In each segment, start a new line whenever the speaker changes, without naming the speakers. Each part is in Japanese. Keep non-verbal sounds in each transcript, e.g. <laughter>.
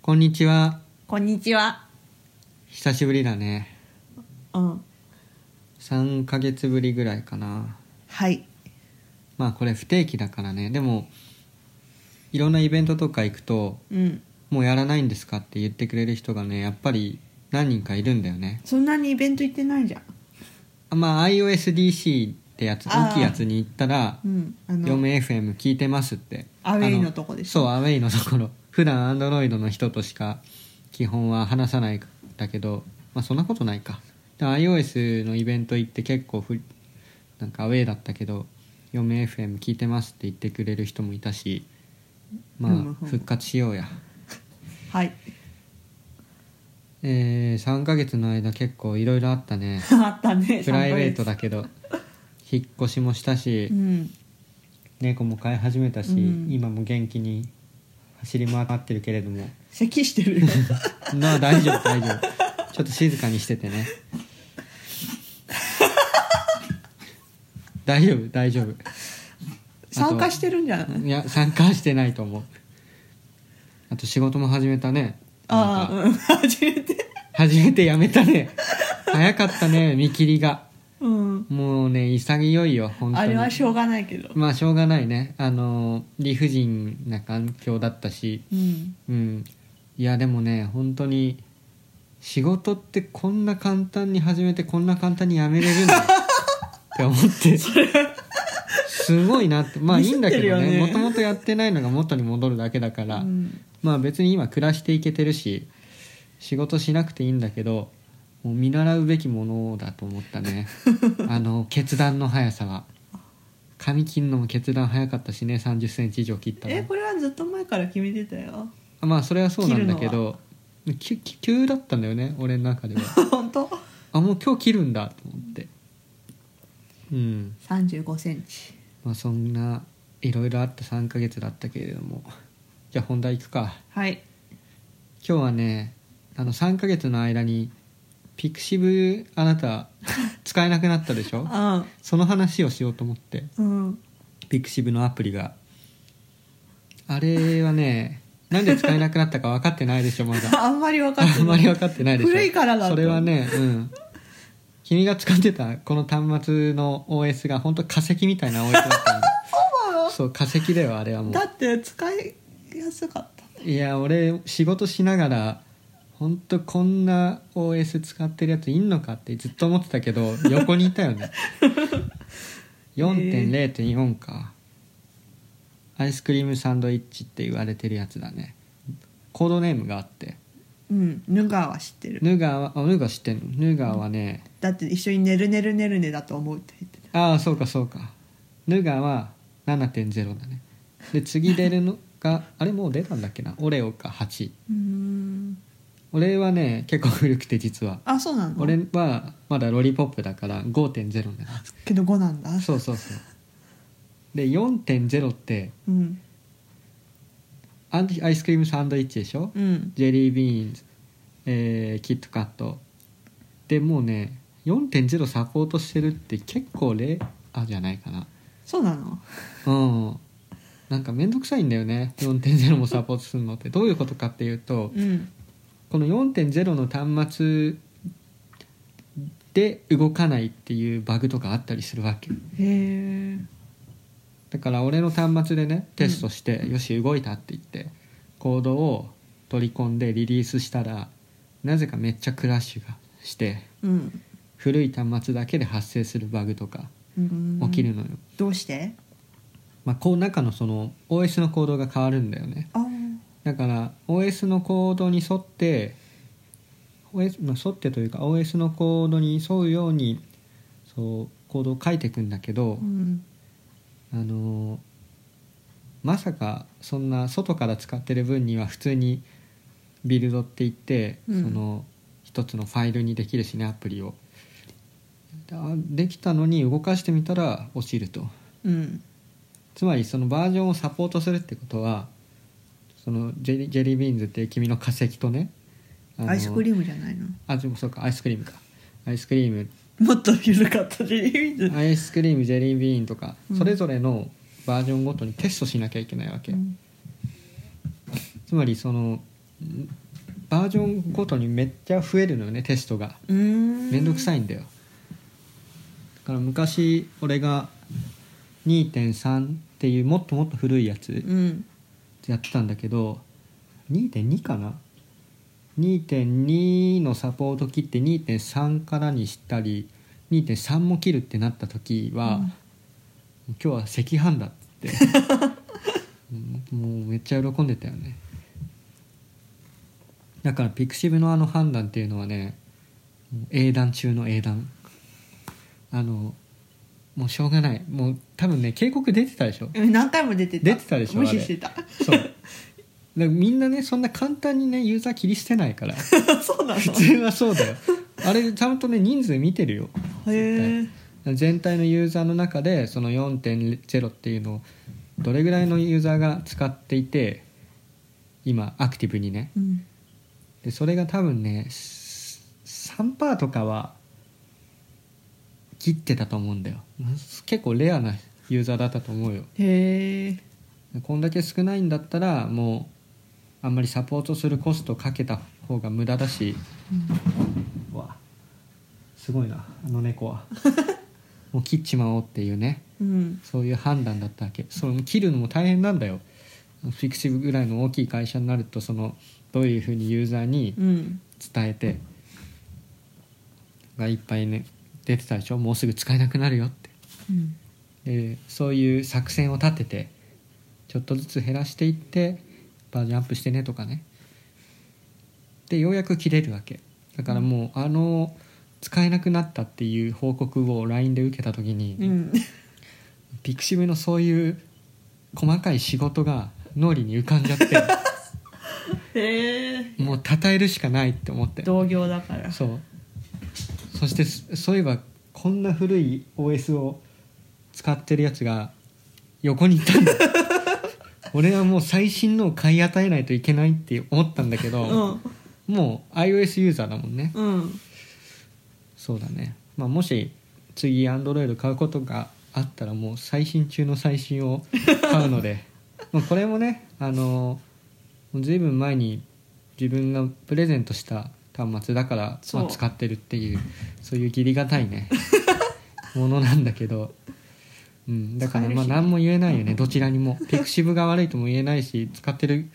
こんにちは。
こんにちは。
久しぶりだね。
うん。
3ヶ月ぶりぐらいかな。
はい。
まあこれ不定期だからね。でも、いろんなイベントとか行くと、
うん。
もうやらないんですかって言ってくれる人がね、やっぱり何人かいるんだよね。
そんなにイベント行ってないじゃん。
あまあ iOSDC ってやつ、
あー
大きいやつに行ったら、
うん。あの、
嫁 FM 聞いてますって。
アウェイの
あ
とこでし
そう、アウェイのところ。 <laughs> 普段アンドロイドの人としか基本は話さないんだけど、まあそんなことないか。で iOS のイベント行って結構ふ、なんかアウェイだったけど、嫁 FM 聞いてますって言ってくれる人もいたし、ま
ふむふ
あ
む
復活しようや。
はい。。
えー、3ヶ月の間結構いろいろあったね
<laughs> <laughs> あったね。
プライベートだ
け。
けど、引っ越しもしたし
う、 <laughs> ん。
猫も飼い始めたし、
うん
今も元気に走り回ってるけれども
咳してる。
まあ大丈夫大丈夫ちょっと静かにしててね
<laughs>
大丈夫大丈夫
参加してるんじゃない
いや参加はしてないと思うあと仕事も始めたねなん
あ
か
あ、うん。初めて。
初めてやめたね早かったね見切りが
うん。
もうね潔いよ本当に
あれはしょうがないけど。
まあしょうがないねあの理不尽な環境だったし
うん。
うん、いやでもね本当に仕事ってこんな簡単に始めてこんな簡単に辞めれ
<laughs>
るんだって思ってすごいなってまあ
<laughs> ミ
い
ス
い
っ
んだ
て
け
る
ど
よね
ねもともとやってないのが元に戻るだけだか
う
ら、
ん。
まあ別に今暮らしていけてるし仕事しなくていいんだけどもう見習うべきものだと思った
<laughs>
ねあの決断の速さは髪切るのも決断早かったしね3 0ンチ以上切ったら
え、これはずっと前から決めてた <laughs> よ。
まあそれはそうなんだけどきき急だったんだよね俺の中 <laughs> では
本当
あもう今日切るんだと思ってうん
三十五センチ。
まあそんないろいろあった3ヶ月だったけれどもじゃあ本題いくか
はい。
今日はねあの3ヶ月の間にピクシブあな <laughs> た使えなくなったでしょその話をしようと思って
うん。うん。
ピクシブのアプリがあれはねなんで使えなくなったか分かってないでしょまだ
<laughs> あんまり分かってない。
あんまり分かってないでしょ
古いからだと
それはねうん君が使ってたこの端末の OS が本当化石みたいな OS だったんだ
<laughs> そうなの
そう化石だよあれはも
だ
う
って使いやすかった
いや俺仕事しながら本当こんな OS 使ってるやついんのかってずっと思ってたけど横にいたよ
<laughs>
ね4.0.4か、アイスクリームサンドイッチって言われてるやつだねコードネームがあって
うんヌガーは知ってる
ヌガーはあヌガー知ってんのヌガーはね、
だって一緒に「ねるねるねるね」だと思うって言ってた
ああそうかそうかヌガは7.0だねで次出るのがあれもう出たんだっけなオレオか8
うーん
オレはね結構古くて実は
あそうなの
俺はまだロリポップだから5.0なんだね
けど5なんだ
そうそうそうで4.0って
うん
アンアイスクリームサンドイッチでしょ、
うん
ジェリービーンズ、えーキットカットでもうね4.0サポートしてるって結構レアじゃないかな
そうなの
うん、なんか面倒くさいんだよね4.0もサポートするのってどういうことかっていうと
うん
この4.0の端末で動かないっていうバグとかあったりするわけ
へえ
だから俺の端末でねテストして、よし動いたって言ってコードを取り込んでリリースしたらなぜかめっちゃクラッシュがして
うん
古い端末だけで発生するバグとか
うん
起きるのよ、
どうして
まあこう中のその OS のコードが変わるんだよね
あ
だから OS のコードに沿って OS、まあ、沿ってというか OS のコードに沿うようにそうコードを書いていくんだけど、
うん
あのーまさかそんな外から使ってる分には普通にビルドって言って、
うん
その一つのファイルにできるしねアプリを。あできたのに動かしてみたら落ちると。
うん
つまりそのバージョンをサポートするってことはそのジェリジェリービーンズっていう君の化石とね
アイスク
ーム
リームじゃないの
あでもそうかアイスクリームかアイスクリーム
もっと緩かったジェリービーンズ
アイスクリームジェリービーンとか、
うん
それぞれのバージョンごとにテストしなきゃいけないわけ、
うん
つまりそのんバージョンごとにめっちゃ増えるのよねテストが
うーん
めんどくさ
い
いんだよだから昔俺が2.3っていうもっともっと古いやつ
うん
やってたんだけど2.2かな2.2のサポート切って2.3からにしたり2.3も切るってなった時は、今日は赤飯だっつってうんもうめっちゃ喜んでたよねだからピクシブのあの判断っていうのはねもう英断中の英断あのもうしょうがないもう多分ね警告出てたでしょ
え何回も出てた
出てたでしょ
無視してた <laughs>
そうだからみんなねそんな簡単にねユーザー切り捨てないから
そうなの
普通はそうだよあれちゃんとね人数見てるよ
へえ
全体のユーザーの中でその4.0っていうのをどれぐらいのユーザーが使っていて今アクティブにね
うん
でそれが多分ねす3%とかは切ってたと思うんだよ結構レアなユーザーだったと思うよ
へえ
こんだけ少ないんだったらもうあんまりサポートするコストかけた方が無駄だしうわすごいなあの猫 <laughs> はもう切っちまおうっていうね
うん
そういう判断だったわけそれも切るのも大変なんだよフィクシブぐらいの大きい会社になるとそのどういうふうにユーザーに
うん
伝えてがいっぱいね出てたでしょもうすぐ使えなくなるよって
うん
でそういう作戦を立ててちょっとずつ減らしていってバージョンアップしてねとかねでようやく切れるわけだからもう、あの使えなくなったっていう報告を LINE で受けた時に、
うん
ピクシブのそういう細かい仕事が脳裏に浮かんじゃ
<laughs>
って
へえ
もう称えるしかないって思って
同業だから
そうそしてそそういえばこんな古い OS を使ってるやつが横にいたんだ俺はもう最新のを買い与えないといけないって思ったんだけど、
ん
もう iOS ユーザーだもんね
うん
そうだね、まあ、もし次 Android 買うことがあったらもう最新中の最新を買うの
<laughs>
でまあこれもねあのもう随分前に自分がプレゼントした端末だから、
そ
ま
う
あ、使ってるっていうそういう義理がたい
<laughs>
ねものなんだけど、うん、だからまあ
使えるし
何も言えないよねどちらに
<laughs>
もピクシブが悪いとも言えないし使ってる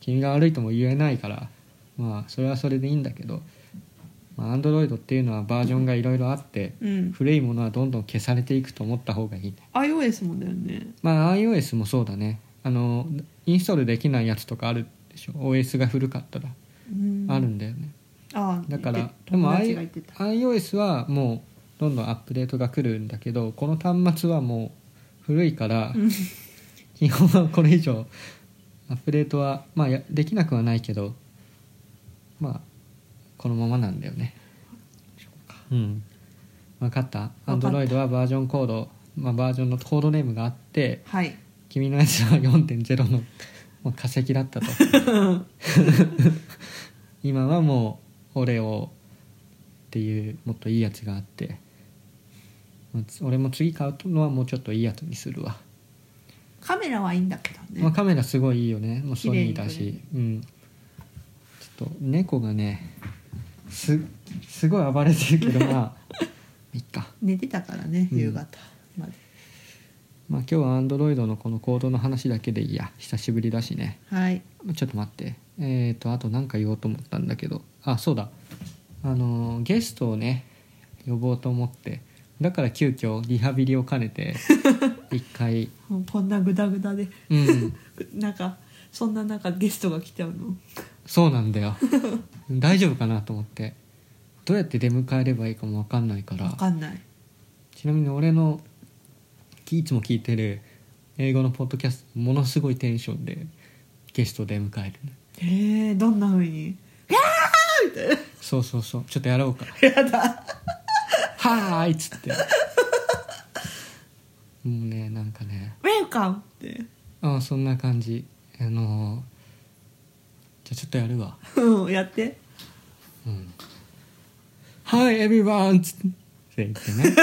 君が悪いとも言えないからまあそれはそれでいいんだけどまあ Android っていうのはバージョンがいろいろあって
うん
古いものはどんどん消されていくと思った方がいいね
iOS もだよね
まあ iOS もそうだねあのインストールできないやつとかあるでしょ OS が古かったら
うん
あるんだよね、
あ
だからで
でも
も
あ
I-
い
iOS はもうどんどんアップデートが来るんだけどこの端末はもう古いから基本はこれ以上アップデートはまあやできなくはないけどまあこのままなんだよねうん分かった
わかった
Android はバージョンコード、まあ、バージョンのコードネームがあって
はい
君のやつは4.0のもう化石だ
<laughs>
ったと今はもうオレオっていうもっといいやつがあってまあつ俺も次買うのはもうちょっといいやつにするわ、
カメラはいいんだけどね、
まあ、カメラすごいいいよねもうソニーだ
綺麗に
し、うんちょっと猫がねすすごい暴れてるけどまあ
<laughs>
いっか
寝てたからね
うん
夕方まで、
まあ今日はアンドロイドのこのコードの話だけでいいや久しぶりだしね
はい
ちょっと待ってえっ、とあと何か言おうと思ったんだけどあそうだあのーゲストをね呼ぼうと思ってだから急遽リハビリを兼ねて
<laughs>
一回
もうこんなグダグダで
うん
なんかそんな中ゲストが来ちゃうの
そうなんだよ <laughs> 大丈夫かなと思ってどうやって出迎えればいいかも分かんないか
わ
ら
かんない
ちなみに俺のいつも聞いてる英語のポッドキャストものすごいテンションでゲストを出迎える
へえどんな風に
そうそうそうちょっとやろうか
<laughs> やだ
「はーい」っつってもうねなんかね
ウェルカムって <laughs>
ああそんな感じあのーじゃあちょっとやるわ
うんやって <laughs>
うん「はいエビワン」っつって言ってね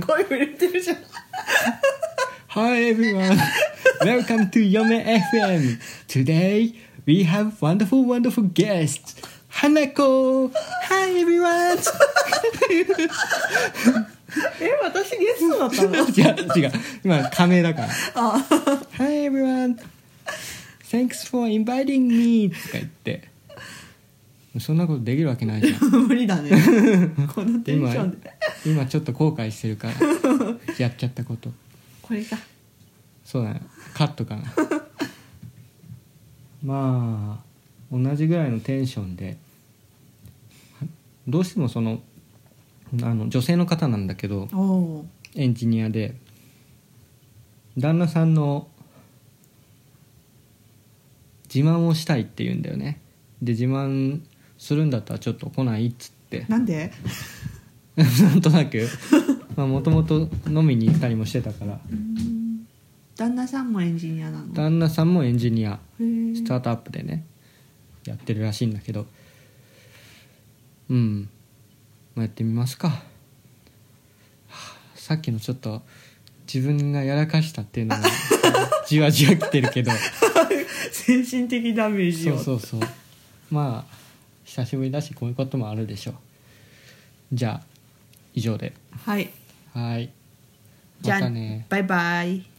声震えてるじゃん
「Hi everyone welcome to Yome FM today We have wonderful, wonderful guests! 花子 !Hi everyone! <laughs>
え私ゲストだった
<laughs>
の
違う、違う。今、仮名だから。
あ
Hi everyone! Thanks for inviting me! とか言って。そんなことできるわけ
<laughs>
ないじゃん。
無理
<laughs>
だねこのテン
今
ションで
今ちょっと後悔してるからやっちゃったこと
これか
そうだねカットかな <laughs> まあ同じぐらいのテンションではどうしてもそのあの女性の方なんだけど
おお
エンジニアで旦那さんの自慢をしたいって言うんだよねで自慢するんだったらちょっと来ないっつって
なんで
なんとなくまあもともと飲みに行ったりもしてたから
うん旦那さんもエンジニアなの
旦那さんもエンジニア
へー
スタートアップでねやってるらしいんだけどうん、まあ、やってみますか、はあさっきのちょっと自分がやらかしたっていうのがじわじわきてるけど
精神的ダメージ
そ
を
うそうそうまあ久しぶりだしこういうこともあるでしょうじゃあ以上で
はい
はーい
じゃ
ま
あ、
たね
バイバイ